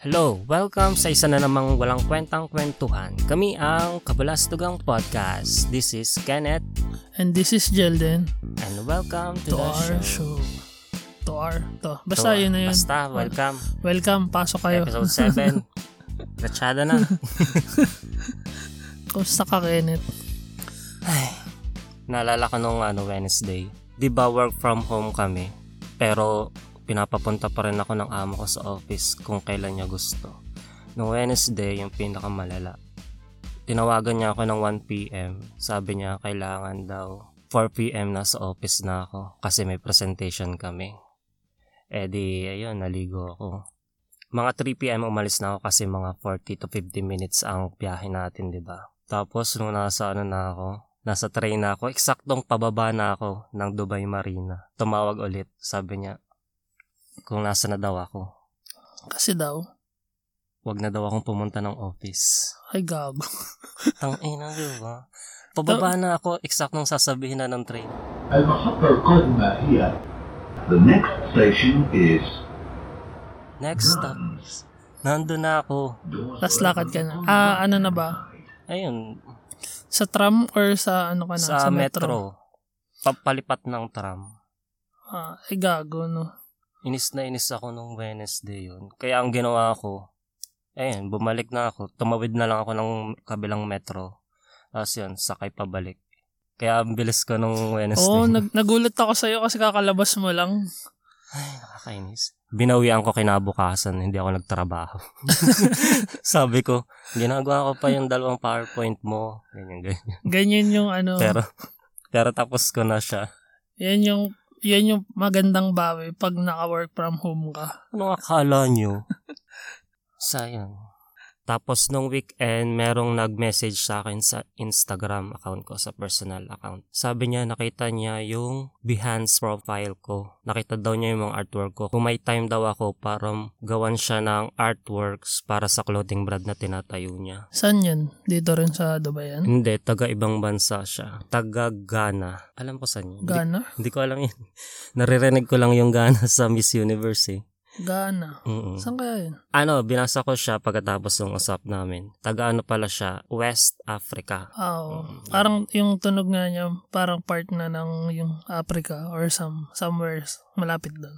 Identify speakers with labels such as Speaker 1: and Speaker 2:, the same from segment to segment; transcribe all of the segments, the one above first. Speaker 1: Hello, welcome sa isa na namang walang kwentang kwentuhan. Kami ang Kabalastugang Podcast. This is Kenneth
Speaker 2: And this is Jelden
Speaker 1: and welcome to,
Speaker 2: to
Speaker 1: the
Speaker 2: our
Speaker 1: show.
Speaker 2: show. To our, to. Basta
Speaker 1: So,
Speaker 2: yun na yun.
Speaker 1: Basta, welcome.
Speaker 2: Welcome, pasok kayo.
Speaker 1: Episode 7. Ratsyada na.
Speaker 2: Kumusta ka, Kenneth?
Speaker 1: Naalala ko nung ano, Wednesday. Di ba work from home kami? Pero pinapapunta pa rin ako ng amo ko sa office kung kailan niya gusto. Nung Wednesday, yung pinakamalala. Tinawagan niya ako ng 1pm. Sabi niya kailangan daw 4pm na sa office na ako kasi may presentation kami. Eh di, ayun, naligo ako. Mga 3pm umalis na ako kasi mga 40 to 50 minutes ang biyahe natin, di ba? Tapos nung nasa ano na ako, Nasa train na ako. Eksaktong pababa na ako ng Dubai Marina. Tumawag ulit. Sabi niya, kung nasa na daw ako,
Speaker 2: Kasi daw,
Speaker 1: wag na daw akong pumunta ng office.
Speaker 2: ay gago.
Speaker 1: Tang ina, di ba? Pababa na ako. Eksaktong sasabihin na ng train.
Speaker 3: المحطة القادمة هي The next station is
Speaker 1: Next stop. Nandun na ako.
Speaker 2: Tapos lakad ka na. Ah, ano na ba?
Speaker 1: Ayun,
Speaker 2: Sa tram or sa ano ka na?
Speaker 1: sa, metro. Papalipat ng tram.
Speaker 2: Ah, ay gago, no?
Speaker 1: Inis na inis ako nung Wednesday yun. Kaya ang ginawa ko, ayun, bumalik na ako. Tumawid na lang ako ng kabilang metro. Tapos yun, sakay pabalik. Kaya ang bilis ko nung Wednesday.
Speaker 2: Oo, nag- nagulat ako sa'yo kasi kakalabas mo lang.
Speaker 1: Ay, nakakainis. Binawian ko kinabukasan, hindi ako nagtrabaho. Sabi ko, ginagawa ko pa yung dalawang PowerPoint mo. Ganyan, ganyan.
Speaker 2: Ganyan yung ano,
Speaker 1: Pero, pero tapos ko na siya.
Speaker 2: yan yung, yan yung magandang bawi pag naka-work from home ka.
Speaker 1: Ano akala nyo? Sayang. Tapos nung weekend, merong nag-message sa akin sa Instagram account ko, sa personal account. Sabi niya, nakita niya yung Behance profile ko. Nakita daw niya yung mga artwork ko. Kung may time daw ako para gawan siya ng artworks para sa clothing brand na tinatayo niya.
Speaker 2: Saan yun? Dito rin sa Dubai yan?
Speaker 1: Hindi, taga ibang bansa siya. Taga Ghana. Alam ko saan yun. Hindi,
Speaker 2: Ghana?
Speaker 1: hindi ko alam yun. Naririnig ko lang yung Ghana sa Miss Universe eh.
Speaker 2: Ghana.
Speaker 1: Mm-mm.
Speaker 2: Saan kaya yun?
Speaker 1: Ano, binasa ko siya pagkatapos ng usap namin. Taga ano pala siya, West Africa.
Speaker 2: Ah, Oo.
Speaker 1: Mm.
Speaker 2: Parang yung tunog nga niya, parang part na ng yung Africa or some somewhere malapit doon.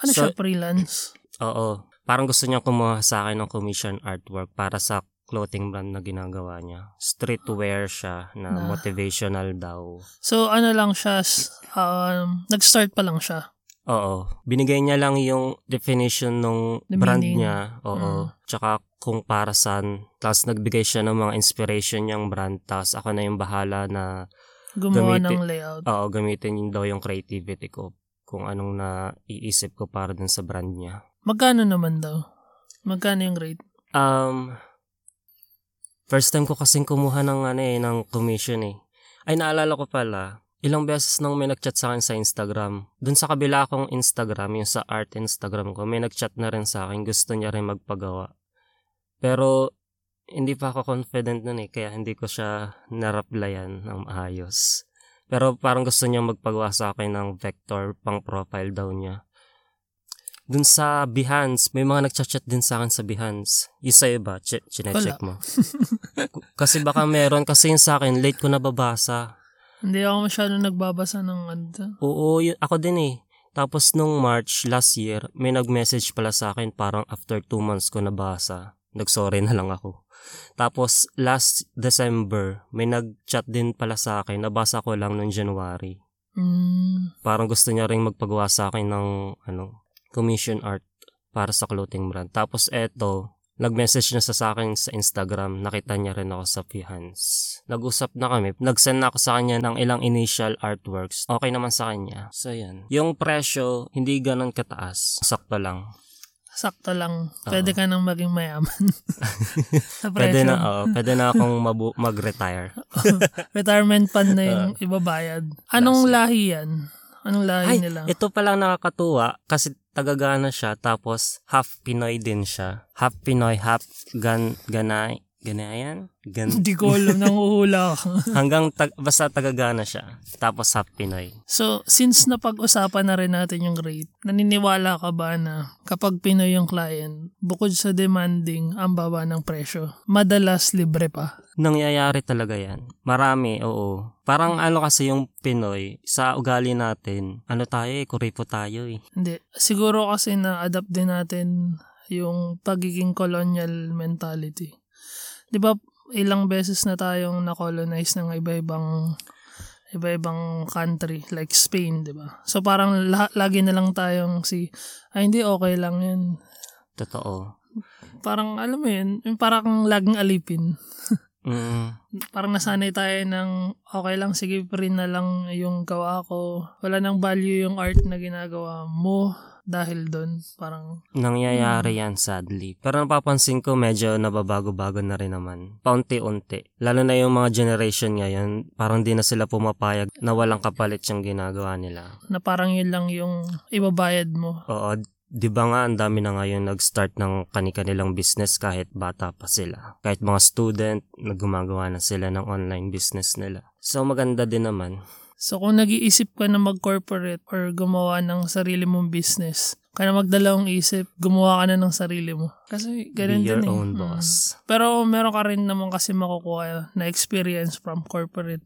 Speaker 2: Ano
Speaker 1: So-
Speaker 2: siya, freelance?
Speaker 1: Oo. Parang gusto niya kumuha sa akin ng commission artwork para sa clothing brand na ginagawa niya. Streetwear siya na
Speaker 2: Na-
Speaker 1: motivational daw.
Speaker 2: So, ano lang siya, s- um, nag-start pa lang siya.
Speaker 1: Oo. Binigay niya lang yung definition ng
Speaker 2: The
Speaker 1: brand
Speaker 2: meaning. Hmm.
Speaker 1: niya. Oo. Tsaka kung para saan. Tapos nagbigay siya ng mga inspiration niyang brand. Tapos ako na yung bahala na
Speaker 2: Gumawa
Speaker 1: Gamitin.
Speaker 2: ng layout.
Speaker 1: Oo, gamitin yun daw yung creativity ko kung anong naiisip ko para dun sa brand niya.
Speaker 2: Magkano naman daw? Magkano yung rate?
Speaker 1: Um, first time ko kasing kumuha ng, ano, eh, ng commission eh. Ay, naalala ko pala, ilang beses nang may nagchat sa akin sa Instagram. Dun sa kabila kong Instagram, yung sa art Instagram ko, may nagchat na rin sa akin. Gusto niya rin magpagawa. Pero, hindi pa ako confident nun eh, kaya hindi ko siya naraplayan ng maayos. Pero parang gusto niya magpagawa sa akin ng vector pang profile daw niya. Dun sa Behance, may mga nagchat-chat din sa akin sa Behance. Yung sa'yo ba? Che- chinecheck mo. kasi baka meron. Kasi yung sa akin, late ko nababasa.
Speaker 2: Hindi ako masyado nagbabasa ng ano. to.
Speaker 1: Oo, yun, ako din eh. Tapos nung March last year, may nag-message pala sa akin parang after two months ko nabasa. Nagsorry na lang ako. Tapos last December, may nag-chat din pala sa akin. Nabasa ko lang noong January.
Speaker 2: Mm,
Speaker 1: Parang gusto niya ring magpagawa sa akin ng ano, commission art para sa clothing brand. Tapos eto, nag-message na sa sa akin sa Instagram. Nakita niya rin ako sa Behance. Nag-usap na kami. Nag-send na ako sa kanya ng ilang initial artworks. Okay naman sa kanya. So, yan. Yung presyo, hindi ganun kataas. Sakto lang.
Speaker 2: sakto lang. Pwede ka nang maging mayaman. Sa
Speaker 1: Pwede
Speaker 2: presyo.
Speaker 1: na, oo, pwede na akong mabu- mag-retire.
Speaker 2: Retirement fund na yung ibabayad. Anong lahi yan? Anong lahi
Speaker 1: Ay,
Speaker 2: nila?
Speaker 1: ito pala ang nakakatuwa kasi taga Ghana siya tapos half Pinoy din siya. Half Pinoy, half Gan Ganay. Ganayan? Gan
Speaker 2: Hindi ko alam, nanguhula ako.
Speaker 1: hanggang tag- basta tagagana siya. Tapos half Pinoy.
Speaker 2: So, since napag-usapan na rin natin yung rate, naniniwala ka ba na kapag Pinoy yung client, bukod sa demanding ang baba ng presyo, madalas libre pa?
Speaker 1: Nangyayari talaga yan. Marami, oo. Parang ano kasi yung Pinoy, sa ugali natin, ano tayo eh, kuripo tayo eh.
Speaker 2: Hindi. Siguro kasi na-adapt din natin yung pagiging colonial mentality. Di ba ilang beses na tayong na-colonize ng iba-ibang iba-ibang country like Spain, di ba? So parang la- lagi na lang tayong si ay hindi okay lang 'yun.
Speaker 1: Totoo.
Speaker 2: Parang alam mo 'yun, yung parang laging alipin.
Speaker 1: Mm,
Speaker 2: parang nasanay tayo ng okay lang, sige pa rin na lang yung gawa ko. Wala nang value yung art na ginagawa mo dahil doon. Parang,
Speaker 1: nangyayari yan
Speaker 2: Hmm.
Speaker 1: sadly. Pero napapansin ko medyo nababago-bago na rin naman. Paunti-unti. Lalo na yung mga generation ngayon, parang di na sila pumapayag na walang kapalit yung ginagawa nila.
Speaker 2: na parang yun lang yung ibabayad mo.
Speaker 1: Oo, di ba nga ang dami na ngayon nag-start ng kani-kanilang business kahit bata pa sila. Kahit mga student, nagumagawa na sila ng online business nila. So maganda din naman.
Speaker 2: So kung nag-iisip ka na mag-corporate or gumawa ng sarili mong business, kaya magdalawang isip, gumawa ka na ng sarili mo. Kasi ganun
Speaker 1: Be your
Speaker 2: din eh.
Speaker 1: own
Speaker 2: Mm.
Speaker 1: boss.
Speaker 2: Pero meron ka rin naman kasi makukuha na experience from corporate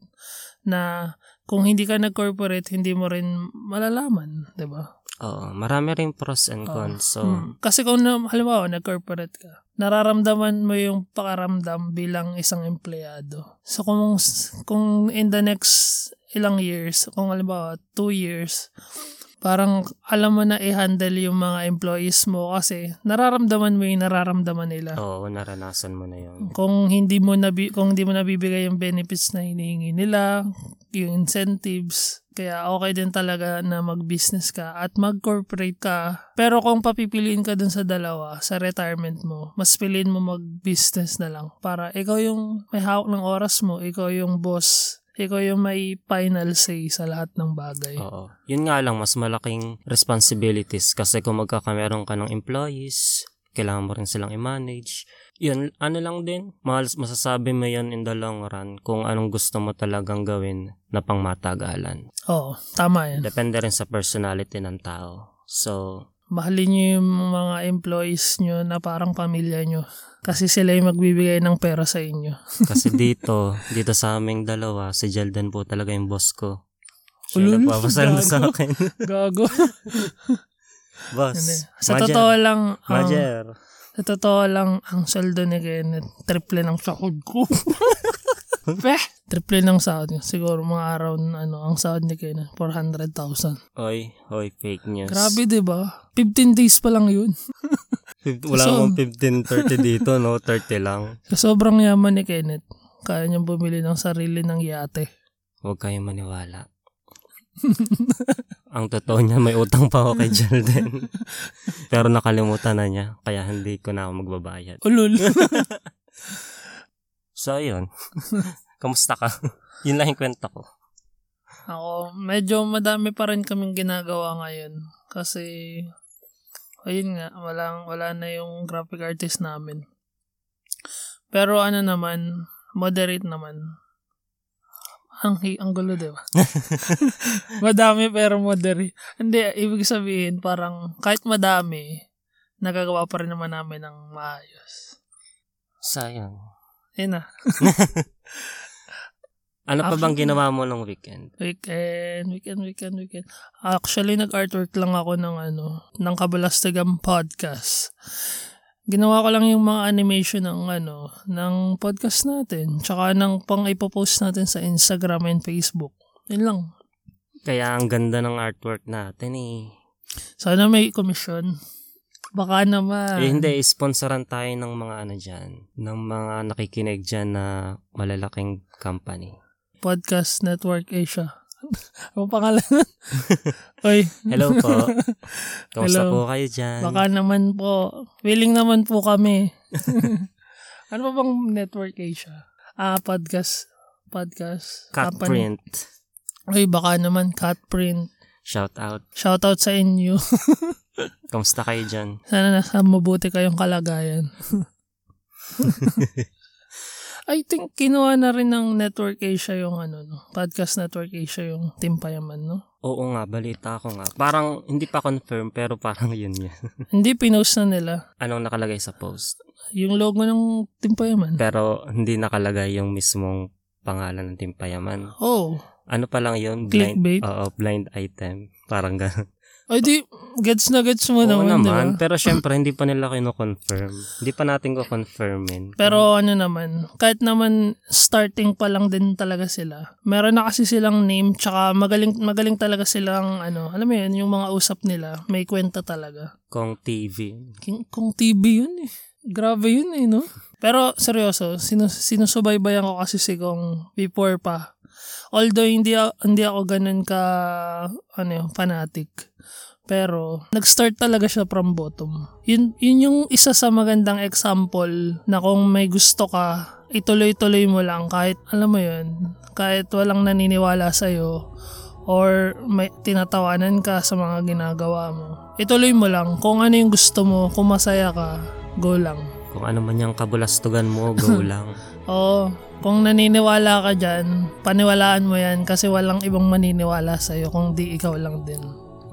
Speaker 2: na kung hindi ka nag-corporate, hindi mo rin malalaman, di ba?
Speaker 1: Oo, marami rin pros and
Speaker 2: Oo.
Speaker 1: cons. So,
Speaker 2: Hmm. Kasi kung na, halimbawa, nag-corporate ka, nararamdaman mo yung pakaramdam bilang isang empleyado. So kung, kung in the next ilang years, kung halimbawa, two years, parang alam mo na i-handle yung mga employees mo kasi nararamdaman mo yung nararamdaman nila.
Speaker 1: oo, naranasan mo na yun.
Speaker 2: Kung hindi mo nabi, kung hindi mo nabibigay yung benefits na hinihingi nila, yung incentives, kaya okay din talaga na mag-business ka at mag-corporate ka. Pero kung papipiliin ka dun sa dalawa, sa retirement mo, mas piliin mo mag-business na lang para ikaw yung may hawak ng oras mo, ikaw yung boss, ikaw yung may final say sa lahat ng bagay.
Speaker 1: Oo. Yun nga lang, mas malaking responsibilities kasi kung magkakameron ka ng employees, kailangan mo rin silang i-manage. Yun, ano lang din, mahal- masasabi mo yun in the long run kung anong gusto mo talagang gawin na pangmatagalan.
Speaker 2: Oo, tama yan.
Speaker 1: Depende rin sa personality ng tao. So,
Speaker 2: mahalin nyo yung mga employees nyo na parang pamilya nyo. Kasi sila yung magbibigay ng pera sa inyo.
Speaker 1: kasi dito, dito sa aming dalawa, si Jelden po talaga yung boss ko. Siya
Speaker 2: Ulul,
Speaker 1: nagpapasal sa
Speaker 2: gago.
Speaker 1: akin.
Speaker 2: Gago. Hindi.
Speaker 1: boss,
Speaker 2: Ano? sa
Speaker 1: Majer,
Speaker 2: totoo lang, ang,
Speaker 1: Majer.
Speaker 2: sa totoo lang, ang sweldo ni Kenneth, triple ng sahod ko. Peh! Triple ng sahod niya. Siguro mga araw na ano, ang sahod ni Kenneth, 400,000.
Speaker 1: Oy, oy, fake news.
Speaker 2: Grabe, di ba? 15 days pa lang yun.
Speaker 1: Fif- Wala
Speaker 2: So-
Speaker 1: akong 15.30 dito, no? 30 lang.
Speaker 2: Sa sobrang yaman ni Kenneth, kaya niyang bumili ng sarili ng yate.
Speaker 1: Huwag kayong maniwala. Ang totoo niya, may utang pa ako kay Jalden. Pero nakalimutan na niya, kaya hindi ko na ako magbabayad.
Speaker 2: Ulul.
Speaker 1: So, ayun. Kamusta ka? Yun lang yung kwento ko.
Speaker 2: Ako, medyo madami pa rin kaming ginagawa ngayon. Kasi, ayun nga, walang, wala na yung graphic artist namin. Pero ano naman, moderate naman. Ang, hi- ang gulo, di ba? madami pero moderate. Hindi, ibig sabihin, parang kahit madami, nagagawa pa rin naman namin ng maayos.
Speaker 1: So, ayun.
Speaker 2: Ayun na,
Speaker 1: Ano pa
Speaker 2: Actually-
Speaker 1: bang ginawa mo nung weekend?
Speaker 2: Weekend, weekend, weekend, weekend. Actually, nag-artwork lang ako ng ano, ng Kabalastagan podcast. Ginawa ko lang yung mga animation ng ano, ng podcast natin. Tsaka ng pang ipopost natin sa Instagram and Facebook. Yun lang.
Speaker 1: Kaya ang ganda ng artwork natin eh.
Speaker 2: Sana may komisyon. Baka naman.
Speaker 1: Eh, hindi, sponsoran tayo ng mga ano dyan. Ng mga nakikinig dyan na malalaking company.
Speaker 2: Podcast Network Asia. ano pangalan? Oy,
Speaker 1: Hello po. Kamusta
Speaker 2: Hello.
Speaker 1: po kayo dyan?
Speaker 2: baka naman po. Willing naman po kami. ano ba bang Network Asia? Ah, podcast. Podcast.
Speaker 1: Cut
Speaker 2: company.
Speaker 1: print.
Speaker 2: Ay, baka naman Catprint.
Speaker 1: Shout out.
Speaker 2: Shoutout sa inyo.
Speaker 1: Kamusta kayo dyan?
Speaker 2: Sana nasa mabuti kayong kalagayan. I think kinuha na rin ng Network Asia yung ano, no? Podcast Network Asia yung Team Payaman, no?
Speaker 1: Oo nga, balita ko nga. Parang hindi pa confirm pero parang yun yun.
Speaker 2: Hindi pinost na nila
Speaker 1: Anong nakalagay sa post?
Speaker 2: yung logo ng Team Payaman.
Speaker 1: Pero hindi nakalagay yung mismong pangalan ng Team Payaman.
Speaker 2: Oh,
Speaker 1: Ano pa lang yun?
Speaker 2: Clickbait?
Speaker 1: Oo, blind item. Parang ganun.
Speaker 2: ay di, gets na gets
Speaker 1: Oo
Speaker 2: mo Ano naman, diba?
Speaker 1: naman.
Speaker 2: di ba?
Speaker 1: Pero syempre, hindi pa nila confirm Hindi pa natin ko confirmin.
Speaker 2: Pero ano naman, kahit naman starting pa lang din talaga sila. Meron na kasi silang name tsaka magaling magaling talaga silang ano, alam mo yun, yung mga usap nila, may kwenta talaga.
Speaker 1: Kong TV.
Speaker 2: King Kong TV yun eh. Grabe yun eh, no? Pero seryoso, sinus- sinusubaybayan ko kasi si Kong before pa. Although hindi, a- hindi ako ganun ka, ano yun, fanatic. Pero, nag-start talaga siya from bottom. Yun, yun yung isa sa magandang example na kung may gusto ka, ituloy-tuloy mo lang kahit, alam mo yun, kahit walang naniniwala sa'yo or may tinatawanan ka sa mga ginagawa mo. Ituloy mo lang. Kung ano yung gusto mo, kung masaya ka, go lang.
Speaker 1: Kung ano man yung kabulastugan mo, go lang.
Speaker 2: Oo. Kung naniniwala ka dyan, paniwalaan mo yan kasi walang ibang maniniwala sa'yo kung di ikaw lang din.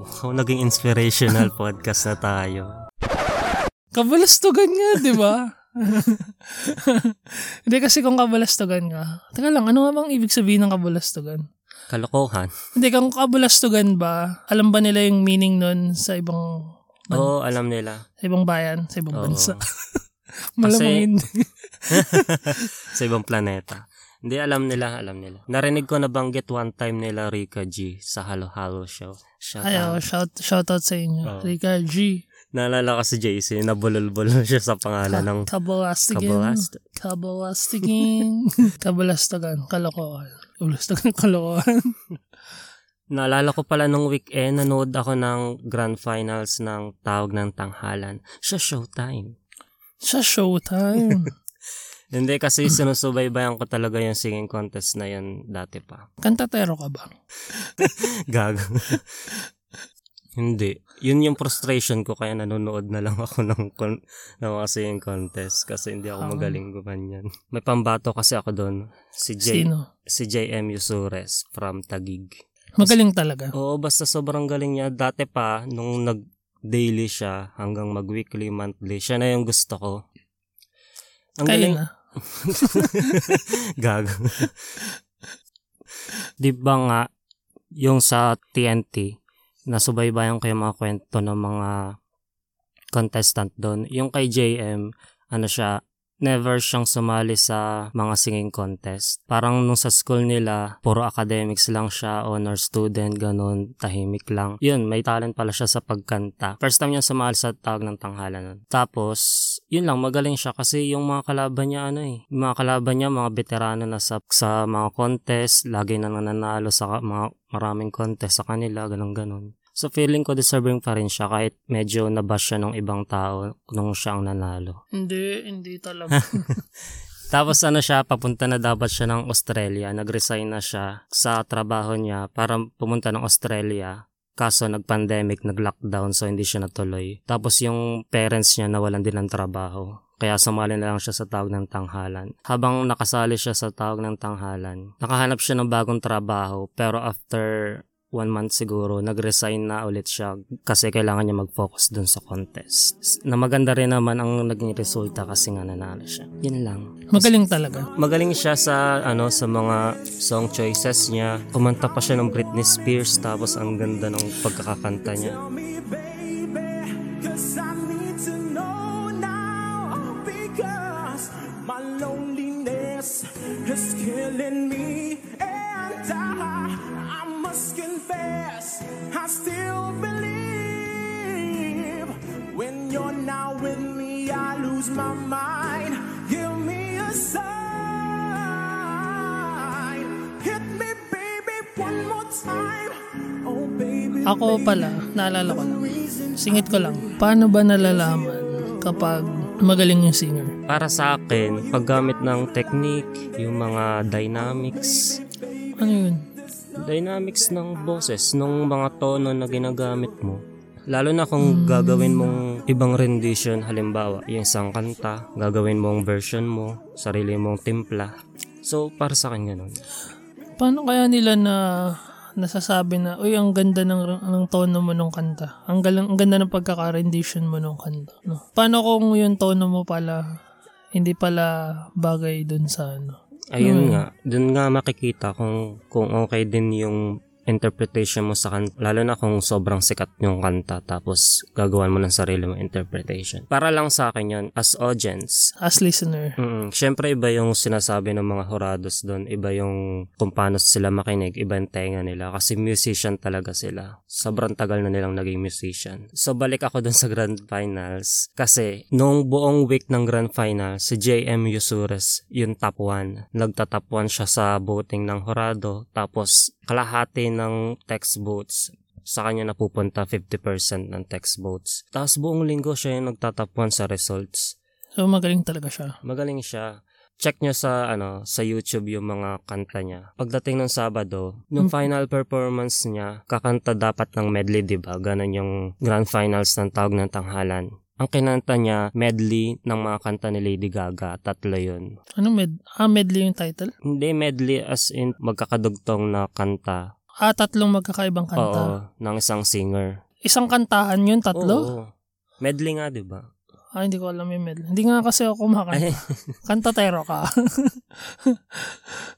Speaker 1: Wow, naging inspirational podcast na tayo.
Speaker 2: Kabalastugan nga, di ba? Hindi kasi kung kabalastugan ka. Teka lang, ano nga bang ibig sabihin ng kabalastugan?
Speaker 1: Kalokohan.
Speaker 2: Hindi, kung kabalastugan ba, alam ba nila yung meaning nun sa ibang
Speaker 1: Oo, alam nila.
Speaker 2: sa ibang bayan, sa ibang
Speaker 1: Oo.
Speaker 2: bansa? Malamang hindi.
Speaker 1: Sa ibang planeta. Hindi, alam nila, alam nila. Narinig ko nabanggit one time nila Rika G sa Halo Halo Show. Shout
Speaker 2: Ay, oh,
Speaker 1: out.
Speaker 2: shout, shout out sa inyo.
Speaker 1: Oo.
Speaker 2: Rika G.
Speaker 1: Naalala ko si JC, nabulol-bulol siya sa pangalan ng
Speaker 2: Kabalastigan.
Speaker 1: Kabalast.
Speaker 2: Kabalastigan. Kabalastagan. Kalokohan. Kabalastagan. Kalokohan.
Speaker 1: Naalala ko pala nung weekend, nanood ako ng grand finals ng Tawag ng Tanghalan sa Showtime.
Speaker 2: Sa showtime.
Speaker 1: Hindi kasi sinusubaybayan ko talaga yung singing contest na yun dati pa.
Speaker 2: Kantatero ka ba?
Speaker 1: Gago. Hindi. Yun yung frustration ko kaya nanonood na lang ako ng, con- ng mga singing contest kasi hindi ako
Speaker 2: Ah.
Speaker 1: magaling gumanyan. May pambato kasi ako doon. Si, J-
Speaker 2: Sino?
Speaker 1: si JM Yusures from Tagig.
Speaker 2: Magaling talaga.
Speaker 1: Oo, basta sobrang galing niya. Dati pa, nung nag-daily siya hanggang mag-weekly, monthly, siya na yung gusto ko. Ang
Speaker 2: Kaya
Speaker 1: galing,
Speaker 2: na.
Speaker 1: Gago. Di ba nga, yung sa TNT, nasubaybayan ko yung mga kwento ng mga contestant doon. Yung kay JM, ano siya, never siyang sumali sa mga singing contest. Parang nung sa school nila, puro academics lang siya, honor student, ganun, tahimik lang. Yun, may talent pala siya sa pagkanta. First time niya sumali sa tawag ng tanghalan nun. Tapos, yun lang, magaling siya kasi yung mga kalaban niya, ano eh, yung mga kalaban niya, mga veterano na sa, sa mga contest, lagi na nananalo sa ka- mga maraming contest sa kanila, ganun-ganun. So feeling ko deserving pa rin siya kahit medyo nabash siya ng ibang tao nung siya ang nanalo.
Speaker 2: Hindi, hindi talaga.
Speaker 1: Tapos ano siya, papunta na dapat siya ng Australia. Nag-resign na siya sa trabaho niya para pumunta ng Australia. Kaso nag-pandemic, nag-lockdown so hindi siya natuloy. Tapos yung parents niya nawalan din ng trabaho. Kaya sumali na lang siya sa tawag ng tanghalan. Habang nakasali siya sa tawag ng tanghalan, nakahanap siya ng bagong trabaho. Pero after one month siguro, nag-resign na ulit siya kasi kailangan niya mag-focus dun sa contest. S- Na maganda rin naman ang naging resulta kasi nga nanalo siya. Yun lang.
Speaker 2: Magaling talaga.
Speaker 1: Magaling siya sa ano sa mga song choices niya. Kumanta pa siya ng Britney Spears tapos ang ganda ng pagkakakanta niya.
Speaker 4: Tell me, baby, cause I need to know now. Because my loneliness is killing me. And I, I must confess, I still believe. When you're not with me, I lose my mind. Give me a sign. Hit me, baby, one more time. Oh, baby.
Speaker 2: Ako pala, naalala ko lang. Singit ko lang. Paano ba nalalaman kapag magaling yung singer?
Speaker 1: Para sa akin, paggamit ng technique, yung mga dynamics,
Speaker 2: Ano yun?
Speaker 1: dynamics ng boses, nung mga tono na ginagamit mo, Lalo na kung gagawin mong ibang rendition, halimbawa, yung isang kanta, gagawin mong version mo, sarili mong timpla. So, para sa akin ganun.
Speaker 2: Paano kaya nila na nasasabi na, uy, ang ganda ng, ng tono mo nung kanta. Ang, galang, ang ganda ng pagkaka-rendition mo nung kanta. No? Paano kung yung tono mo pala, hindi pala bagay dun sa ano?
Speaker 1: Ayun nga, dun nga makikita kung kung okay din yung interpretation mo sa kanta. Lalo na kung sobrang sikat yung kanta tapos gagawan mo ng sarili mong interpretation. Para lang sa akin yun, as audience.
Speaker 2: As listener.
Speaker 1: Mm, syempre iba yung sinasabi ng mga horados doon, iba yung kung paano sila makinig, iba yung tenga nila kasi musician talaga sila. Sobrang tagal na nilang naging musician. So balik ako doon sa Grand Finals kasi noong buong week ng Grand Finals, si JM Yusures yung top 1. Nagtatop 1 siya sa voting ng horado tapos kalahati ng text votes sa kanya napupunta 50% ng text votes. Tapos buong linggo siya yung nagtatapuan sa results.
Speaker 2: So, magaling talaga siya.
Speaker 1: Magaling siya. Check nyo sa ano sa YouTube yung mga kanta niya. Pagdating ng Sabado, nung
Speaker 2: Mm.
Speaker 1: final performance niya, kakanta dapat ng medley, 'di ba? Ganun yung grand finals ng tawag ng tanghalan. Ang kinanta niya, medley ng mga kanta ni Lady Gaga, tatlo yun.
Speaker 2: Ano med? Ah, medley yung title?
Speaker 1: Hindi medley as in magkakadugtong na kanta.
Speaker 2: Ah, tatlong
Speaker 1: Oo,
Speaker 2: magkakaibang kanta.
Speaker 1: ng isang singer.
Speaker 2: Isang kantahan yun, tatlo?
Speaker 1: Oo. Medley nga, di ba?
Speaker 2: Ah, hindi ko alam yung medley. Hindi nga kasi ako
Speaker 1: Ay,
Speaker 2: kumakanta. Kanta tero ka.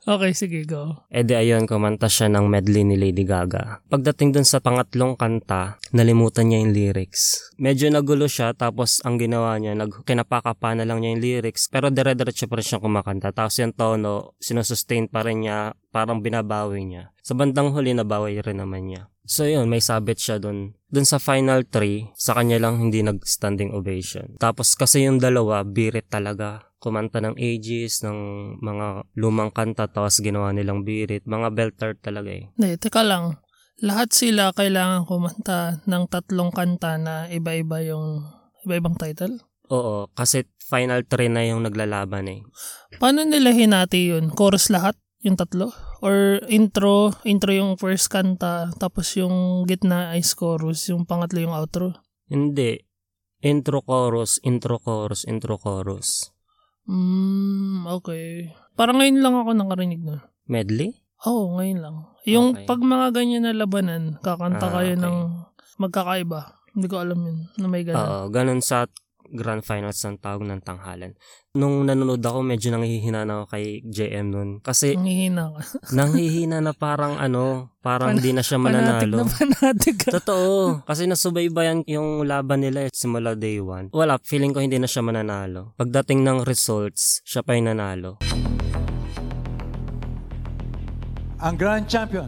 Speaker 2: okay, sige, go.
Speaker 1: E di ayun, kumanta siya ng medley ni Lady Gaga. Pagdating dun sa pangatlong kanta, nalimutan niya yung lyrics. Medyo nagulo siya, tapos ang ginawa niya, nag, kinapakapa na lang niya yung lyrics, pero dire-diretso pa rin siyang kumakanta. Tapos yung tono, sinusustain pa rin niya, parang binabawi niya. Sa bandang huli, nabawi rin naman niya. So yun, may sabit siya dun. Dun sa final three, sa kanya lang hindi nag-standing ovation. Tapos kasi yung dalawa, birit talaga kumanta ng ages, ng mga lumang kanta, tapos ginawa nilang birit. Mga belter talaga eh.
Speaker 2: Hindi, teka lang. Lahat sila kailangan kumanta ng tatlong kanta na iba-iba yung iba-ibang title?
Speaker 1: Oo, kasi final three na yung naglalaban eh.
Speaker 2: Paano nila hinati yun? Chorus lahat? Yung tatlo? Or intro, intro yung first kanta, tapos yung gitna ay chorus, yung pangatlo yung outro?
Speaker 1: Hindi. Intro chorus, intro chorus, intro chorus.
Speaker 2: Mm, okay. Parang ngayon lang ako nakarinig nun.
Speaker 1: Medley?
Speaker 2: Oo, oh, ngayon lang. Yung
Speaker 1: Okay.
Speaker 2: pag mga ganyan na labanan,
Speaker 1: Ah,
Speaker 2: kakanta kayo
Speaker 1: okay.
Speaker 2: ng magkakaiba. Hindi ko alam yun, na may ganun.
Speaker 1: Oo, ganun sa grand finals ng tawag ng tanghalan. Nung nanonood ako, medyo nangihina na ako kay JM nun. Kasi
Speaker 2: Ang hihina ka.
Speaker 1: nanghihina na parang ano, parang
Speaker 2: Pan-
Speaker 1: di na siya
Speaker 2: Panatik
Speaker 1: mananalo.
Speaker 2: na panatik ka.
Speaker 1: Totoo. Kasi nasubaybayan yung laban nila eh, simula day one. Wala, feeling ko hindi na siya mananalo. Pagdating ng results, siya pa yung nanalo.
Speaker 5: ang Grand Champion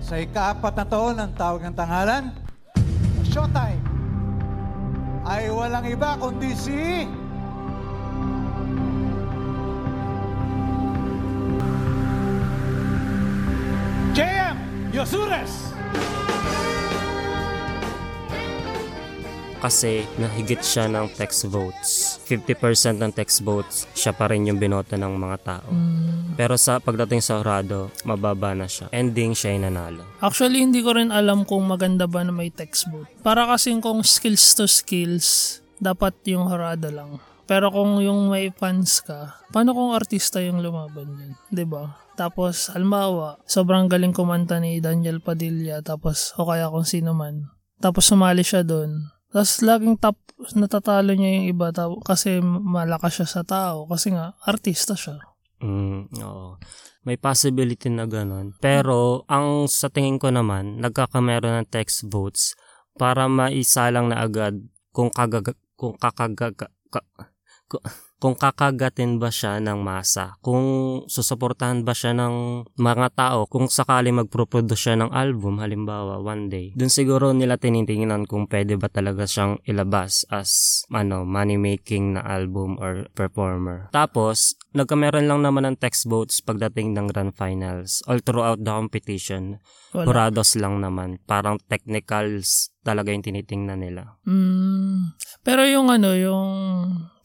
Speaker 5: sa ikaapat na taon ng tawag ng tanghalan, Showtime, ay walang iba kundi si... JM Yosures!
Speaker 1: Kasi nahigit siya ng text votes. 50% ng text votes, siya pa rin yung binoto ng mga tao. Pero sa pagdating sa Horado, mababa na siya. Ending, siya yung nanalo.
Speaker 2: Actually, hindi ko rin alam kung maganda ba na may textbook. Para kasing kung skills to skills, dapat yung harada lang. Pero kung yung may fans ka, paano kung artista yung lumaban yun? 'Di ba? Tapos, halimbawa, sobrang galing kumanta ni Daniel Padilla, tapos, o kaya kung sino man. Tapos, sumali siya doon. Tapos, laging top, natatalo niya yung iba tao, kasi malakas siya sa tao. Kasi nga, artista siya.
Speaker 1: Mm, oo. May possibility na ganun. Pero, ang sa tingin ko naman, nagkakamero ng text votes para maisalang na agad kung kagaga, kung kakagaga, ka- ku- kung kakagatin ba siya ng masa, kung susuportahan ba siya ng mga tao, kung sakali magproproduce siya ng album, halimbawa, one day. Dun siguro nila tinitingnan kung pwede ba talaga siyang ilabas as ano, money-making na album or performer. Tapos, nagkameron lang naman ng text votes pagdating ng grand finals. All throughout the competition,
Speaker 2: Wala.
Speaker 1: Horados lang naman. Parang technicals talaga yung tinitingnan nila.
Speaker 2: Mm, pero yung ano, yung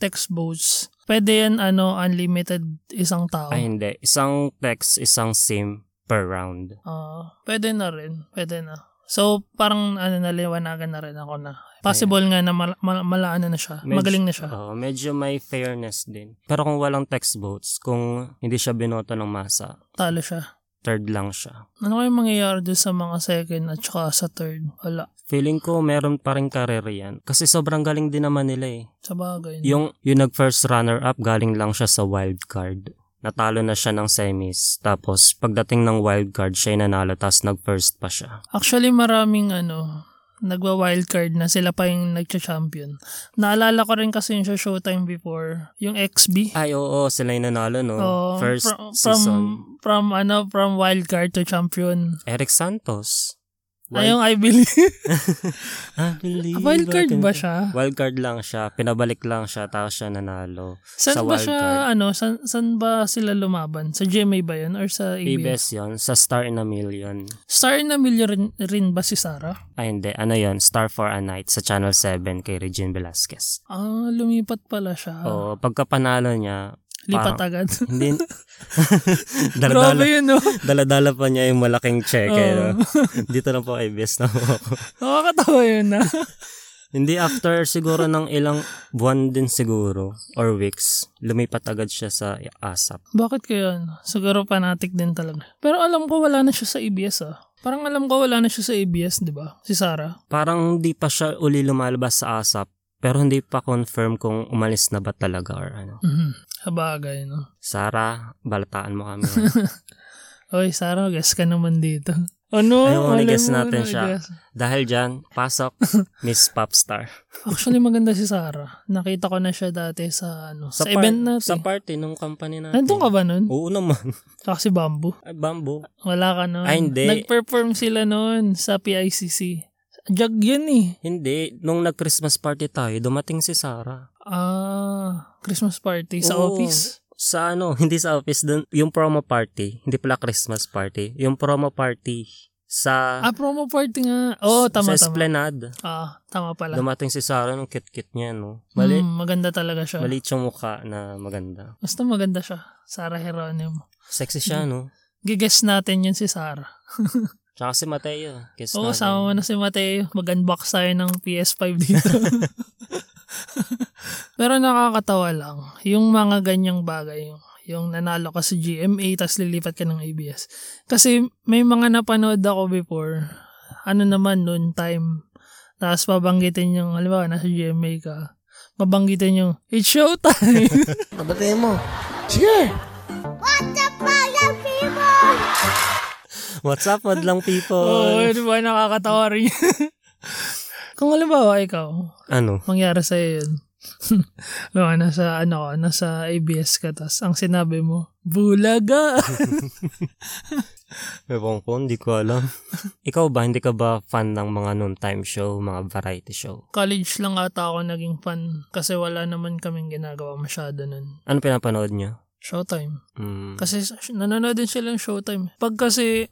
Speaker 2: text boats, pwede yan ano, unlimited isang tao.
Speaker 1: Ay, hindi. Isang text, isang sim per round.
Speaker 2: Ah, pwede na rin. Pwede na. So, parang ano, naliwanagan na rin ako na possible nga na mal- mal- malaano na siya.
Speaker 1: Medyo-
Speaker 2: Magaling na siya.
Speaker 1: Oo, medyo may fairness din. Pero kung walang text votes, kung hindi siya binoto ng masa,
Speaker 2: Talo siya.
Speaker 1: third lang siya.
Speaker 2: Ano kayong mangyayari doon sa mga second at saka sa third? Wala.
Speaker 1: Feeling ko meron pa rin karera yan. Kasi sobrang galing din naman nila eh.
Speaker 2: Sa bagay.
Speaker 1: Yung, yung nag-first runner-up, galing lang siya sa wild card. Natalo na siya ng semis. Tapos, pagdating ng wild card, siya ay nanalo. Tapos, nag-first pa siya.
Speaker 2: Actually, maraming ano, nagwa-wildcard na sila pa yung nagcha-champion. Naalala ko rin kasi yung sa Showtime before, yung XB.
Speaker 1: Ay, oo, sila yung nanalo, no?
Speaker 2: Oo,
Speaker 1: Oh, first
Speaker 2: fro- from,
Speaker 1: season.
Speaker 2: From, ano, from wildcard to champion.
Speaker 1: Eric Santos.
Speaker 2: Ay, yung I believe.
Speaker 1: I believe I
Speaker 2: wildcard
Speaker 1: can-
Speaker 2: ba siya?
Speaker 1: Wildcard lang siya. Pinabalik lang siya. Tapos siya nanalo.
Speaker 2: San
Speaker 1: sa
Speaker 2: ba
Speaker 1: wild
Speaker 2: siya,
Speaker 1: card.
Speaker 2: ano, san, san ba sila lumaban? Sa GMA ba yun? Or sa ABS?
Speaker 1: ABS yun. Sa Star in a Million.
Speaker 2: Star na million rin, rin ba si Sarah?
Speaker 1: Ay, hindi. Ano yun? Star for a Night sa Channel 7 kay Regine Velasquez.
Speaker 2: Ah, lumipat pala siya.
Speaker 1: Oo, pagka panalo niya, Oh,
Speaker 2: Lipat
Speaker 1: parang-
Speaker 2: agad.
Speaker 1: hindi.
Speaker 2: Grabe
Speaker 1: daladala,
Speaker 2: yun, Ah. no?
Speaker 1: daladala pa niya yung malaking check. eh, no?
Speaker 2: Oo.
Speaker 1: Dito na po kay Bes na ako.
Speaker 2: Nakakatawa yun, na.
Speaker 1: Hindi, after siguro ng ilang buwan din siguro, or weeks, lumipat agad siya sa ASAP.
Speaker 2: Bakit kaya? ano? Siguro fanatic din talaga. Pero alam ko wala na siya sa ABS ah. Parang alam ko wala na siya sa ABS, di ba? Si Sarah.
Speaker 1: Parang hindi pa siya uli lumalabas sa ASAP, pero hindi pa confirm kung umalis na ba talaga or ano.
Speaker 2: Mhm. Sabagay, no?
Speaker 1: Sara, balataan mo kami.
Speaker 2: Oy, Sarah, guess ka naman dito. Ano?
Speaker 1: Ayun,
Speaker 2: Alam
Speaker 1: i-guess
Speaker 2: mo,
Speaker 1: natin
Speaker 2: ano,
Speaker 1: siya.
Speaker 2: i-guess.
Speaker 1: Dahil dyan, pasok, Miss Popstar.
Speaker 2: Actually, maganda si Sarah. Nakita ko na siya dati sa, ano, sa,
Speaker 1: par-
Speaker 2: event natin.
Speaker 1: Sa party nung company natin.
Speaker 2: Nandun ka ba nun?
Speaker 1: Oo naman.
Speaker 2: Saka si Bamboo.
Speaker 1: Ay, bamboo.
Speaker 2: Wala ka nun.
Speaker 1: Ay, hindi.
Speaker 2: Nag-perform sila nun sa PICC. Jug yun eh.
Speaker 1: Hindi, nung nag-Christmas party tayo, dumating si Sara.
Speaker 2: Ah, Christmas party sa
Speaker 1: Oo.
Speaker 2: office.
Speaker 1: Sa ano, hindi sa office, dun, yung promo party, hindi pala Christmas party, yung promo party sa,
Speaker 2: Ah, promo party nga. Oo, tama,
Speaker 1: sa
Speaker 2: tama.
Speaker 1: Esplanade.
Speaker 2: Ah, tama pala.
Speaker 1: Dumating si Sara, nung kit-kit niya, no? Mali,
Speaker 2: Mm, maganda talaga siya.
Speaker 1: maliit yung mukha na maganda.
Speaker 2: Basta maganda siya. Sarah Heronimo.
Speaker 1: Sexy siya, no?
Speaker 2: Hmm. Gigess natin yun si Sarah.
Speaker 1: Tsaka si Mateo. kiss
Speaker 2: Oo,
Speaker 1: natin.
Speaker 2: sama mo na si Mateo. Mag-unbox tayo ng PS5 dito. Pero nakakatawa lang. Yung mga ganyang bagay. Yung, yung nanalo ka sa GMA tapos lilipat ka ng ABS. Kasi may mga napanood ako before. Ano naman noon time. Tapos babanggitin yung, halimbawa, nasa GMA ka. Babanggitin yung, it's showtime!
Speaker 6: What's up, my people?
Speaker 1: What's up, madlang
Speaker 2: Oo,
Speaker 1: people?
Speaker 2: di ba? Nakakatawa rin yun. Kung halimbawa ikaw,
Speaker 1: ano?
Speaker 2: mangyari sa'yo yun. Halimbawa, nasa, ano, ka, nasa ABS ka, tas ang sinabi mo, bulaga!
Speaker 1: Ewan ko, hindi ko alam. Ikaw ba, hindi ka ba fan ng mga noon time show, mga variety show?
Speaker 2: College lang ata ako naging fan kasi wala naman kaming ginagawa masyado nun.
Speaker 1: Ano pinapanood niyo?
Speaker 2: Showtime.
Speaker 1: Mm.
Speaker 2: Kasi s- nanonood din sila ng showtime. Pag kasi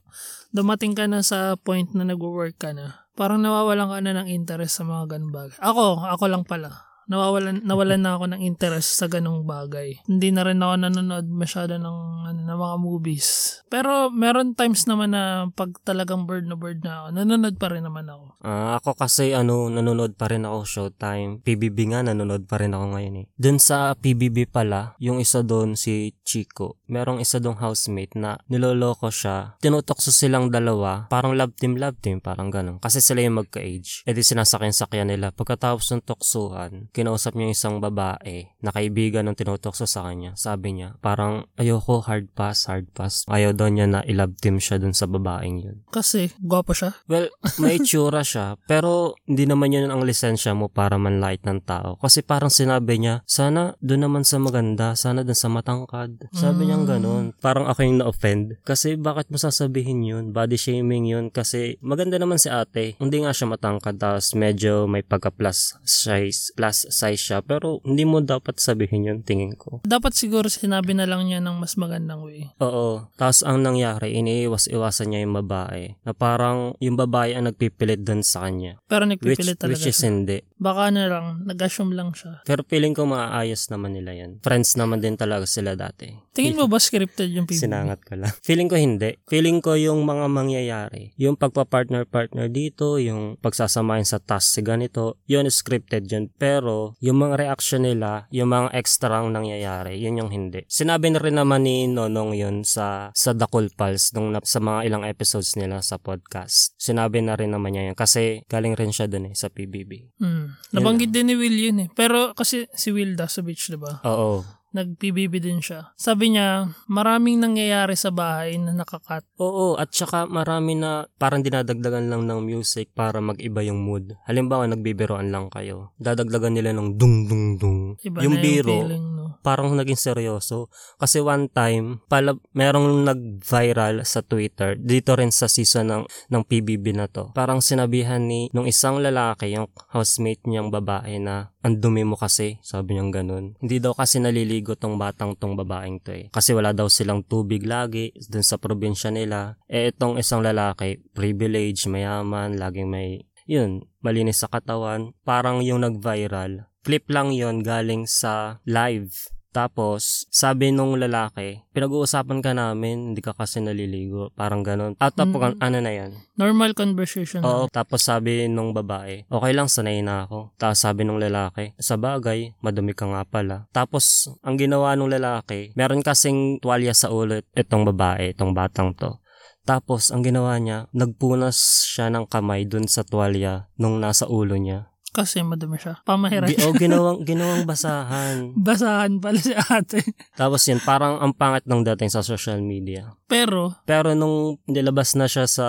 Speaker 2: dumating ka na sa point na nag-work ka na, parang nawawalan ka na ng interest sa mga ganung bagay. Ako, ako lang pala. Nawawalan, nawalan na ako ng interest sa ganung bagay. Hindi na rin ako nanonood masyado ng, ano, ng mga movies. Pero meron times naman na pag talagang bird na bird na ako, nanonood pa rin naman ako.
Speaker 1: Ah, ako kasi ano, nanonood pa rin ako Showtime. PBB nga, nanonood pa rin ako ngayon eh. Dun sa PBB pala, yung isa doon si Chico. Merong isa doong housemate na niloloko siya. Tinutokso silang dalawa. Parang love team, love team. Parang ganun. Kasi sila yung magka-age. E di sinasakyan-sakyan nila. Pagkatapos ng toksuhan, kinausap niya yung isang babae na kaibigan ng tinutokso sa kanya. Sabi niya, parang ayoko hard pass, hard pass. Ayaw daw niya na i-love team siya dun sa babaeng yun.
Speaker 2: Kasi, gwapo siya.
Speaker 1: Well, may itsura siya, pero hindi naman yun ang lisensya mo para manlight ng tao. Kasi parang sinabi niya, sana doon naman sa maganda, sana doon sa matangkad. Sabi niyang ganun. Parang ako yung na-offend. Kasi bakit mo sasabihin yun? Body shaming yun. Kasi maganda naman si ate. Hindi nga siya matangkad, tapos medyo may pagka-plus size, plus size siya. Pero hindi mo dapat sabihin yun, tingin ko.
Speaker 2: Dapat siguro sinabi na lang niya ng mas magandang way.
Speaker 1: Oo. Tapos ang nangyari, iniiwas-iwasan niya yung babae. Na parang yung babae ang nagpipilit doon sa kanya.
Speaker 2: Pero
Speaker 1: Which,
Speaker 2: nagpipilit talaga
Speaker 1: which is
Speaker 2: siya.
Speaker 1: hindi.
Speaker 2: Baka na lang, nag-assume lang siya.
Speaker 1: Pero feeling ko maayos naman nila yan. Friends naman din talaga sila dati.
Speaker 2: Tingin mo ba scripted yung PBB?
Speaker 1: Sinangat ko lang. Feeling ko hindi. Feeling ko yung mga mangyayari. Yung pagpa-partner-partner dito, yung pagsasamahin sa task si ganito, yun scripted yun. Pero yung mga reaction nila, yung mga extra ang nangyayari, yun yung hindi. Sinabi na rin naman ni Nonong yun sa, sa The Cool Pals nung nap- sa mga ilang episodes nila sa podcast. Sinabi na rin naman niya yun kasi galing rin siya dun eh sa PBB.
Speaker 2: Hmm. Nabanggit din ni Will yun eh. Pero kasi si Will Dasovich, di ba?
Speaker 1: Oo.
Speaker 2: Nag-PBB din siya. Sabi niya, maraming nangyayari sa bahay na nakakat.
Speaker 1: Oo, at saka marami na parang dinadagdagan lang ng music para mag-iba yung mood. Halimbawa, nagbibiroan lang kayo. Dadagdagan nila ng dung dung dung.
Speaker 2: Iba
Speaker 1: yung
Speaker 2: na
Speaker 1: biro,
Speaker 2: yung feeling, no?
Speaker 1: parang naging seryoso. Kasi one time, pala, merong nag-viral sa Twitter, dito rin sa season ng, ng PBB na to. Parang sinabihan ni nung isang lalaki, yung housemate niyang babae na, ang dumi mo kasi, sabi niyang ganun. Hindi daw kasi naliligo tong batang tong babaeng to eh. Kasi wala daw silang tubig lagi dun sa probinsya nila. Eh itong isang lalaki, privilege, mayaman, laging may yun, malinis sa katawan. Parang yung nag-viral. Clip lang yon galing sa live. Tapos, sabi nung lalaki, pinag-uusapan ka namin, hindi ka kasi naliligo. Parang ganun. At tapos, ano na yan?
Speaker 2: Normal conversation.
Speaker 1: Oo, tapos sabi nung babae, okay lang, sanay na ako. Tapos sabi nung lalaki, sa bagay, madumi ka nga pala. Tapos, ang ginawa nung lalaki, meron kasing tuwalya sa ulo itong babae, itong batang to. Tapos, ang ginawa niya, nagpunas siya ng kamay dun sa tuwalya nung nasa ulo niya.
Speaker 2: Kasi madumi siya. Pamahiran
Speaker 1: Gi-
Speaker 2: siya.
Speaker 1: o, ginawang, ginawang basahan.
Speaker 2: Basahan pala si ate.
Speaker 1: Tapos yun, parang ang pangit ng dating sa social media.
Speaker 2: Pero,
Speaker 1: Pero nung nilabas na siya sa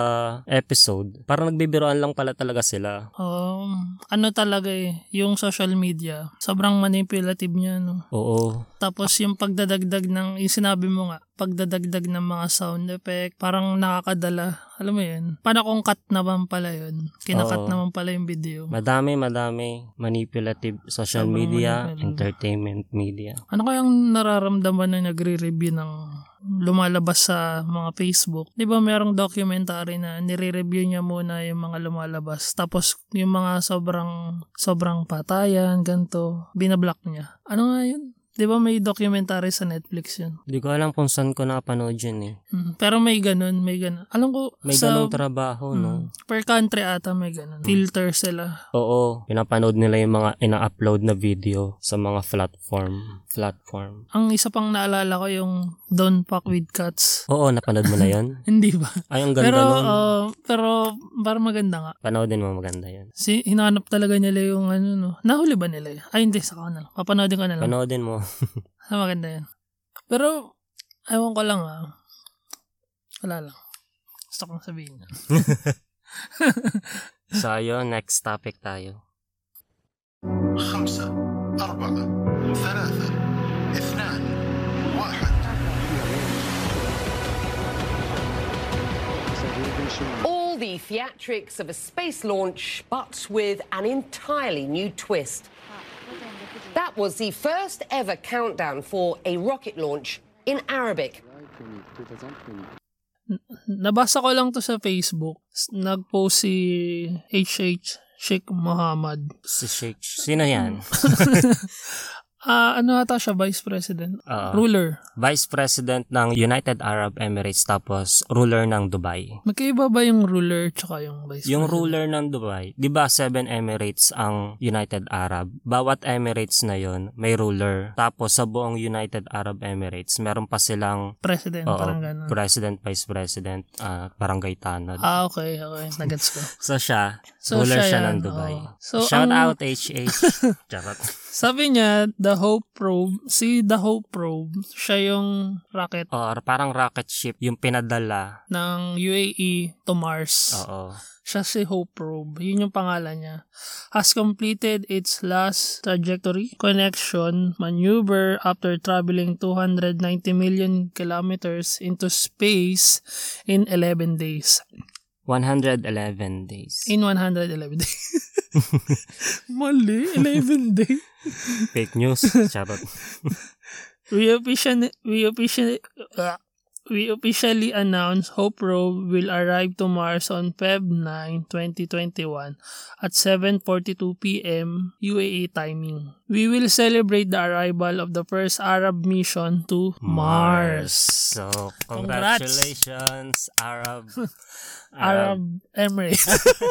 Speaker 1: episode, parang nagbibiroan lang pala talaga sila.
Speaker 2: um, ano talaga eh, yung social media, sobrang manipulative niya, no?
Speaker 1: Oo.
Speaker 2: Tapos yung pagdadagdag ng, yung sinabi mo nga, pagdadagdag ng mga sound effect, parang nakakadala. Alam mo yun? Panakong cut naman pala yun. Kinakat
Speaker 1: Oo.
Speaker 2: naman pala yung video.
Speaker 1: Madami, madami. Manipulative social
Speaker 2: Sobrang
Speaker 1: media,
Speaker 2: manipulative.
Speaker 1: entertainment media.
Speaker 2: Ano kayang nararamdaman na nagre-review ng lumalabas sa mga Facebook? Di ba merong documentary na nire-review niya muna yung mga lumalabas. Tapos yung mga sobrang, sobrang patayan, ganto, binablock niya. Ano nga yun? Di ba may documentary sa Netflix yun?
Speaker 1: Hindi ko alam kung saan ko napanood yun eh.
Speaker 2: Mm, Pero may ganun, may ganun. Alam ko,
Speaker 1: May
Speaker 2: sa,
Speaker 1: ganong trabaho, no?
Speaker 2: Mm, per country ata may ganun. Filter sila.
Speaker 1: Oo. Pinapanood nila yung mga ina-upload na video sa mga platform. Platform.
Speaker 2: Ang isa pang naalala ko yung Don't Pack with Cats.
Speaker 1: Oo, napanood mo na yun?
Speaker 2: Hindi ba?
Speaker 1: Ay, ang ganda
Speaker 2: pero,
Speaker 1: nun.
Speaker 2: ah, pero, parang maganda nga.
Speaker 1: Panoodin mo, maganda yun.
Speaker 2: Si, hinanap talaga nila yung ano, no. Nahuli ba nila yun? Ay, hindi, saka na lang. Papanoodin ko na lang.
Speaker 1: Panoodin mo.
Speaker 2: Ah, maganda yan. Pero, ewan ko lang ah. Wala lang. Gusto kong sabihin.
Speaker 1: so, ayun, next topic tayo.
Speaker 7: خمسة أربعة ثلاثة اثنان واحد
Speaker 8: All the theatrics of a space launch, but with an entirely new twist. That was the first ever countdown for a rocket launch in Arabic.
Speaker 2: Nabasa ko lang to sa Facebook. S- Nag-post si HH Sheikh Muhammad.
Speaker 1: Si Sheikh. Sino yan?
Speaker 2: Ah, ano ata siya, Vice President?
Speaker 1: Oo.
Speaker 2: Ruler.
Speaker 1: Vice President ng United Arab Emirates tapos ruler ng Dubai.
Speaker 2: Magkaiba ba yung ruler tsaka yung vice
Speaker 1: Yung
Speaker 2: president?
Speaker 1: ruler ng Dubai, 'di ba seven emirates ang United Arab? Bawat emirates na 'yon may ruler. Tapos sa buong United Arab Emirates, meron pa silang
Speaker 2: President,
Speaker 1: oo,
Speaker 2: parang gano'n.
Speaker 1: president, vice president, ah, barangay tanod.
Speaker 2: ah, okay, okay. Nagets ko.
Speaker 1: so siya,
Speaker 2: So
Speaker 1: ruler
Speaker 2: siya
Speaker 1: siya,
Speaker 2: yan,
Speaker 1: ng Dubai.
Speaker 2: oo. So,
Speaker 1: Shout
Speaker 2: ang-
Speaker 1: out HH. Charot.
Speaker 2: Sabi niya, the Hope Probe, si the Hope Probe, siya yung rocket
Speaker 1: Or parang rocket ship yung pinadala.
Speaker 2: ng UAE to Mars.
Speaker 1: Oo.
Speaker 2: Siya si Hope Probe. Yun yung pangalan niya. Has completed its last trajectory connection maneuver after traveling 290 million kilometers into space in 11 days.
Speaker 1: 111 days.
Speaker 2: In 111 days. Mali, 11 days.
Speaker 1: Fake news. Charot.
Speaker 2: We officially we officially uh, we officially announced Hope Probe will arrive to Mars on Feb 9, 2021 at 7:42 p.m. UAE E timing. We will celebrate the arrival of the first Arab mission to Mars.
Speaker 1: So,
Speaker 2: Congrats.
Speaker 1: congratulations, Arab.
Speaker 2: Arab Emirates.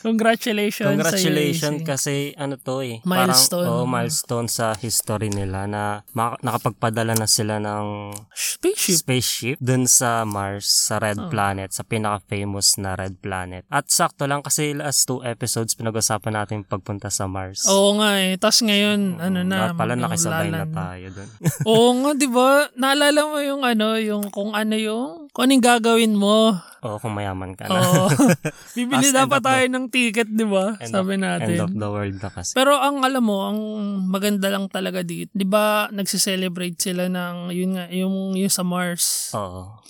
Speaker 2: Congratulations.
Speaker 1: Congratulations
Speaker 2: Sa
Speaker 1: kasi ano to eh.
Speaker 2: Milestone.
Speaker 1: Parang, oh, milestone sa history nila na maka- nakapagpadala na sila ng
Speaker 2: Spaceship.
Speaker 1: spaceship dun sa Mars, sa
Speaker 2: Oh.
Speaker 1: Red Planet, sa pinaka-famous na Red Planet. At sakto lang kasi last two episodes pinag-usapan natin yung pagpunta sa Mars. Hmm,
Speaker 2: Oo nga eh. Tapos ngayon, ano na.
Speaker 1: Lahat pala
Speaker 2: yung
Speaker 1: nakisabay na
Speaker 2: lalan.
Speaker 1: tayo dun.
Speaker 2: Oo nga, di ba? Naalala mo yung ano, yung kung ano yung, kung anong gagawin mo.
Speaker 1: Oo, kung mayaman ka na.
Speaker 2: Oo.
Speaker 1: As
Speaker 2: Bibili
Speaker 1: end
Speaker 2: dapat
Speaker 1: of the-
Speaker 2: tayo ng ticket, di ba?
Speaker 1: End
Speaker 2: Sabi
Speaker 1: of- End
Speaker 2: natin.
Speaker 1: of the world na kasi.
Speaker 2: Pero ang alam mo, ang maganda lang talaga dito. 'Di ba, nagse-celebrate sila ng yun nga, yung yung sa
Speaker 1: Oh.
Speaker 2: Mars.
Speaker 1: Oo.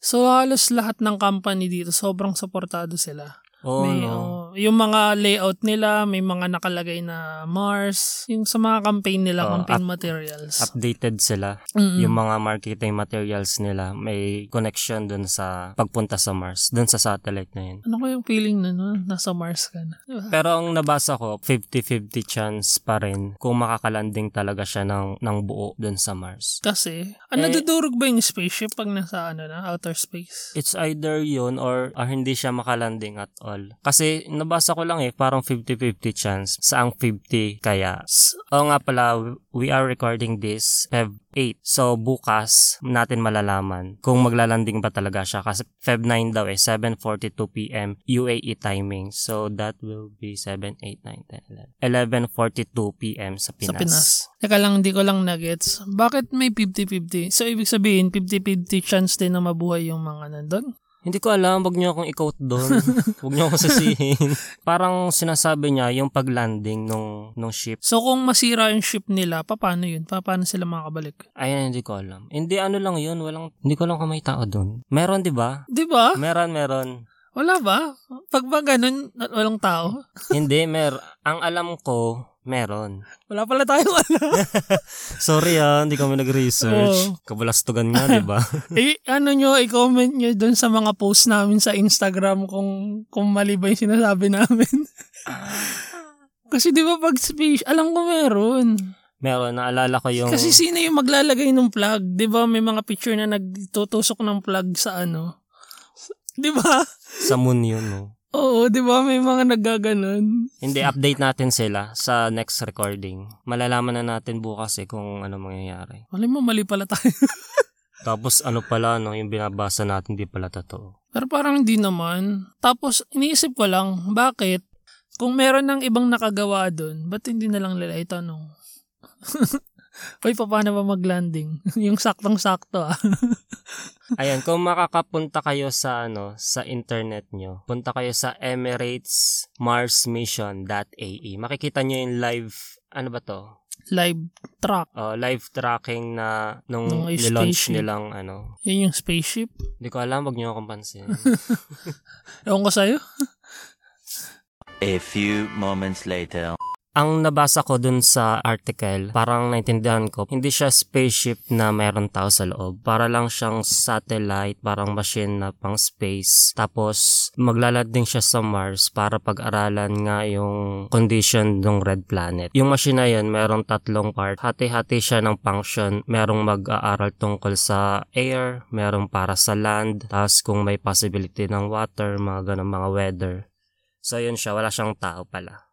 Speaker 2: So halos lahat ng company dito sobrang suportado sila.
Speaker 1: Oo,
Speaker 2: May,
Speaker 1: no.
Speaker 2: oh, yung mga layout nila, may mga nakalagay na Mars, yung sa mga campaign nila,
Speaker 1: Oo,
Speaker 2: campaign
Speaker 1: up-
Speaker 2: materials.
Speaker 1: updated sila.
Speaker 2: Mm-mm.
Speaker 1: Yung mga marketing materials nila may connection dun sa pagpunta sa Mars, dun sa satellite na yun.
Speaker 2: ano ko yung feeling na no? nasa Mars ka na? Di ba?
Speaker 1: Pero ang nabasa ko, 50-50 chance pa rin kung makakalanding talaga siya ng, ng buo dun sa Mars.
Speaker 2: Kasi,
Speaker 1: Eh,
Speaker 2: ano nadudurog ba yung spaceship pag nasa ano na, outer space?
Speaker 1: It's either yun or, or hindi siya makalanding at all. Kasi nabasa ko lang eh, parang 50-50 chance. Saang 50 kaya? S- Oo nga pala, we are recording this Feb 8. So bukas natin malalaman kung maglalanding ba talaga siya. Kasi Feb 9 daw eh, 7.42pm UAE E timing. So that will be 7, 8, 9, 10, 11. 11.42pm sa Pinas.
Speaker 2: Sa Pinas. Teka lang, hindi ko lang nagets. Bakit may 50-50? So, ibig sabihin, 50-50 chance din na mabuhay yung mga nandun?
Speaker 1: Hindi ko alam, wag niyo akong i-quote doon. wag niyo akong sasihin. Parang sinasabi niya yung paglanding nung nung ship.
Speaker 2: So, kung masira yung ship nila, paano yun? Pa- Paano sila makakabalik?
Speaker 1: Ayun, hindi ko alam. Hindi ano lang 'yun, walang hindi ko alam kung may tao doon. Meron 'di ba?
Speaker 2: Di ba?
Speaker 1: Meron, meron.
Speaker 2: Wala ba? Pag ba ganun, na- walang tao?
Speaker 1: hindi, mer ang alam ko, meron.
Speaker 2: Wala pala tayong ano. alam.
Speaker 1: Sorry ah, hindi kami nag-research.
Speaker 2: Oo.
Speaker 1: Kabalastugan nga, 'di ba?
Speaker 2: eh, ano nyo, i-comment nyo dun sa mga post namin sa Instagram kung, kung mali ba yung sinasabi namin. Kasi di ba pag space, alam ko meron.
Speaker 1: meron, naalala ko yung
Speaker 2: Kasi sino yung maglalagay ng plug? 'Di ba may mga picture na nagtutusok ng plug sa ano? 'Di ba?
Speaker 1: sa moon 'yun, no?
Speaker 2: Oo, 'di ba may mga naggaganon.
Speaker 1: Hindi, update natin sila sa next recording. Malalaman na natin bukas eh kung ano mangyayari.
Speaker 2: Malay mo mali pala tayo.
Speaker 1: Tapos ano pala, no, yung binabasa natin di pala totoo.
Speaker 2: Pero parang hindi naman. Tapos iniisip ko lang, bakit kung meron ng ibang nakagawa doon, ba't hindi na lang nila itanong? Uy, pa- paano ba mag-landing? yung saktong-sakto ah.
Speaker 1: Ayan, kung makakapunta kayo sa ano, sa internet nyo, punta kayo sa emiratesmarsmission.ae. E. Makikita nyo yung live, ano ba to?
Speaker 2: Live track.
Speaker 1: Uh, live tracking na nung
Speaker 2: Nung
Speaker 1: nilaunch
Speaker 2: station.
Speaker 1: nilang ano.
Speaker 2: Yun yung spaceship.
Speaker 1: Hindi ko alam, wag nyo akong pansin.
Speaker 2: Ewan ko sa'yo.
Speaker 9: A few moments later.
Speaker 1: Ang nabasa ko dun sa article, parang naintindihan ko, hindi siya spaceship na mayroon tao sa loob. Para lang siyang satellite, parang machine na pang space. Tapos, maglalanding siya sa Mars para pag-aralan nga yung condition ng Red Planet. Yung machine na yun, mayroong tatlong part. Hati-hati siya ng function. Merong mag-aaral tungkol sa air, merong para sa land, tapos kung may possibility ng water, mga ganun, mga weather. So, yun siya. Wala siyang tao pala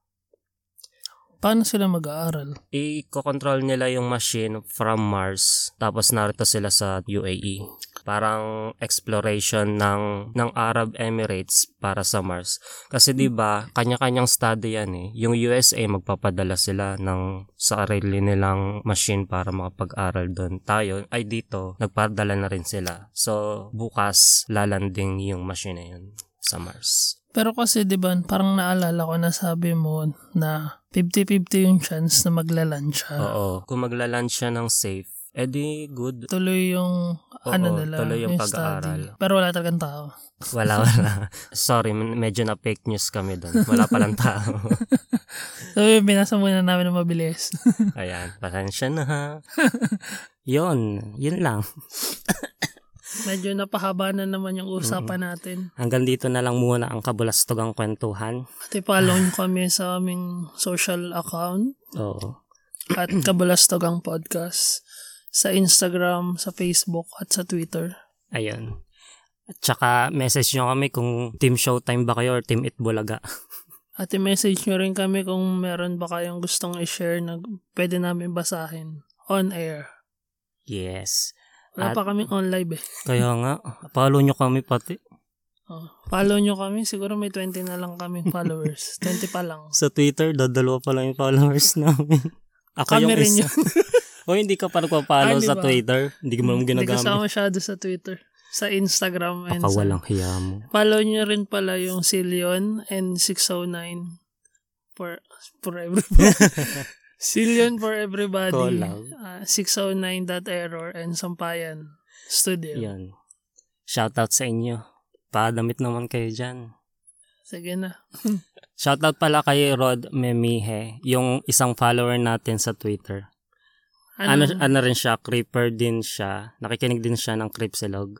Speaker 2: Paano sila mag-aaral?
Speaker 1: i-control nila yung machine from Mars tapos narito sila sa UAE. Parang exploration ng ng Arab Emirates para sa Mars. Kasi 'di ba, kanya-kanyang study yan eh. Yung USA magpapadala sila ng sarili nilang machine para makapag-aral doon. Tayo ay dito, nagpadala na rin sila. So bukas lalanding yung machine na yun sa Mars.
Speaker 2: Pero kasi 'di ba, parang naalala ko na sabi mo na 50-50 yung chance na maglalan siya.
Speaker 1: Oo. Kung maglaland siya ng safe, edi good.
Speaker 2: Tuloy yung
Speaker 1: Oo,
Speaker 2: ano nila,
Speaker 1: tuloy yung
Speaker 2: study.
Speaker 1: pag-aaral.
Speaker 2: Pero wala talagang tao.
Speaker 1: Wala, wala. Sorry, m- medyo na fake news kami doon. Wala palang tao.
Speaker 2: So yun, binasa muna namin ng mabilis.
Speaker 1: Ayan, pasensya na ha. Yun, yun lang.
Speaker 2: Medyo napahaba na naman yung usapan natin.
Speaker 1: Hanggang dito na lang muna ang kabulastogang kwentuhan.
Speaker 2: Pati follow nyo kami sa aming social account.
Speaker 1: Oo.
Speaker 2: at Kabalastogang Podcast sa Instagram, sa Facebook, at sa Twitter.
Speaker 1: Ayun. At saka message nyo kami kung Team Showtime ba kayo or Team Itbulaga.
Speaker 2: At i-message nyo rin kami kung meron ba kayong gustong i-share na pwede namin basahin on air.
Speaker 1: yes.
Speaker 2: Wala
Speaker 1: At-
Speaker 2: pa kaming on live eh.
Speaker 1: Kaya nga, follow nyo kami pati.
Speaker 2: Oh, follow nyo kami. Siguro may 20 na lang kami followers. 20 pa lang.
Speaker 1: Sa Twitter, dadalawa pa lang yung followers namin. Ako
Speaker 2: Kami rin
Speaker 1: isa. o hindi ka pa nagpa-follow
Speaker 2: Ah, di
Speaker 1: sa
Speaker 2: ba?
Speaker 1: Twitter. Hindi mo naman
Speaker 2: Hindi
Speaker 1: ginagamit.
Speaker 2: kasama masyado sa Twitter. Sa Instagram. and
Speaker 1: Baka
Speaker 2: sa-
Speaker 1: walang hiya mo.
Speaker 2: Follow nyo rin pala yung si Leon and 609 for, for everybody. si Leon for everybody.
Speaker 1: Collab.
Speaker 2: Uh, 609.error and Sampayan Studio.
Speaker 1: Yun. Shoutout sa inyo. Padamit naman kayo dyan.
Speaker 2: Sige na.
Speaker 1: Shoutout pala kay Rod Memihe, yung isang follower natin sa Twitter. Ano, ano, rin siya, creeper din siya. Nakikinig din siya ng Cripsilog.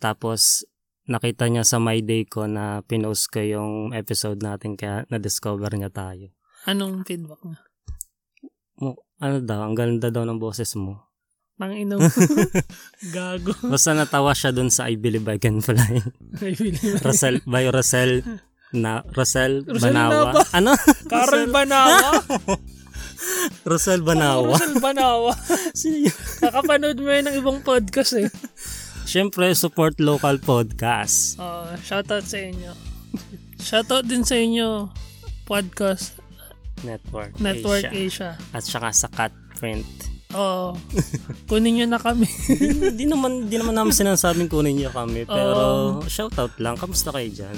Speaker 1: Tapos, nakita niya sa My Day ko na pinost ko yung episode natin kaya na-discover niya tayo.
Speaker 2: anong feedback mo?
Speaker 1: Mo- Ano daw, ang ganda daw ng boses mo.
Speaker 2: Panginom. Gago.
Speaker 1: Basta natawa siya dun sa I Believe I Can Fly.
Speaker 2: Ay, Willie.
Speaker 1: Rosel, by Rosel, na, Rosel
Speaker 2: Rosel
Speaker 1: Banawa.
Speaker 2: Nava.
Speaker 1: Ano?
Speaker 2: Carol Banawa.
Speaker 1: Rosel Banawa.
Speaker 2: Carol Banawa.
Speaker 1: Sino yun?
Speaker 2: Nakapanood mo yun ng ibang podcast eh.
Speaker 1: Siyempre, support local podcast.
Speaker 2: Uh, shoutout sa inyo. Shoutout din sa inyo podcast
Speaker 1: Network.
Speaker 2: Network
Speaker 1: Asia.
Speaker 2: Asia.
Speaker 1: At saka sa Cat Print.
Speaker 2: Oo. kunin nyo na kami.
Speaker 1: Hindi naman, di naman namin sinasabing kunin niyo kami. Pero, shoutout lang. Kamusta kayo dyan?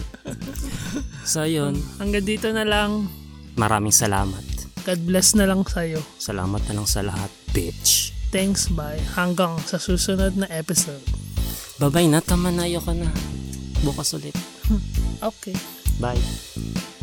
Speaker 1: so, yun.
Speaker 2: Hanggang dito na lang.
Speaker 1: Maraming salamat.
Speaker 2: God bless na lang sa'yo.
Speaker 1: Salamat na lang sa lahat, bitch.
Speaker 2: Thanks, bye. Hanggang sa susunod na episode.
Speaker 1: Babay na, tama na. Ayoko na. Bukas ulit.
Speaker 2: Okay.
Speaker 1: Bye.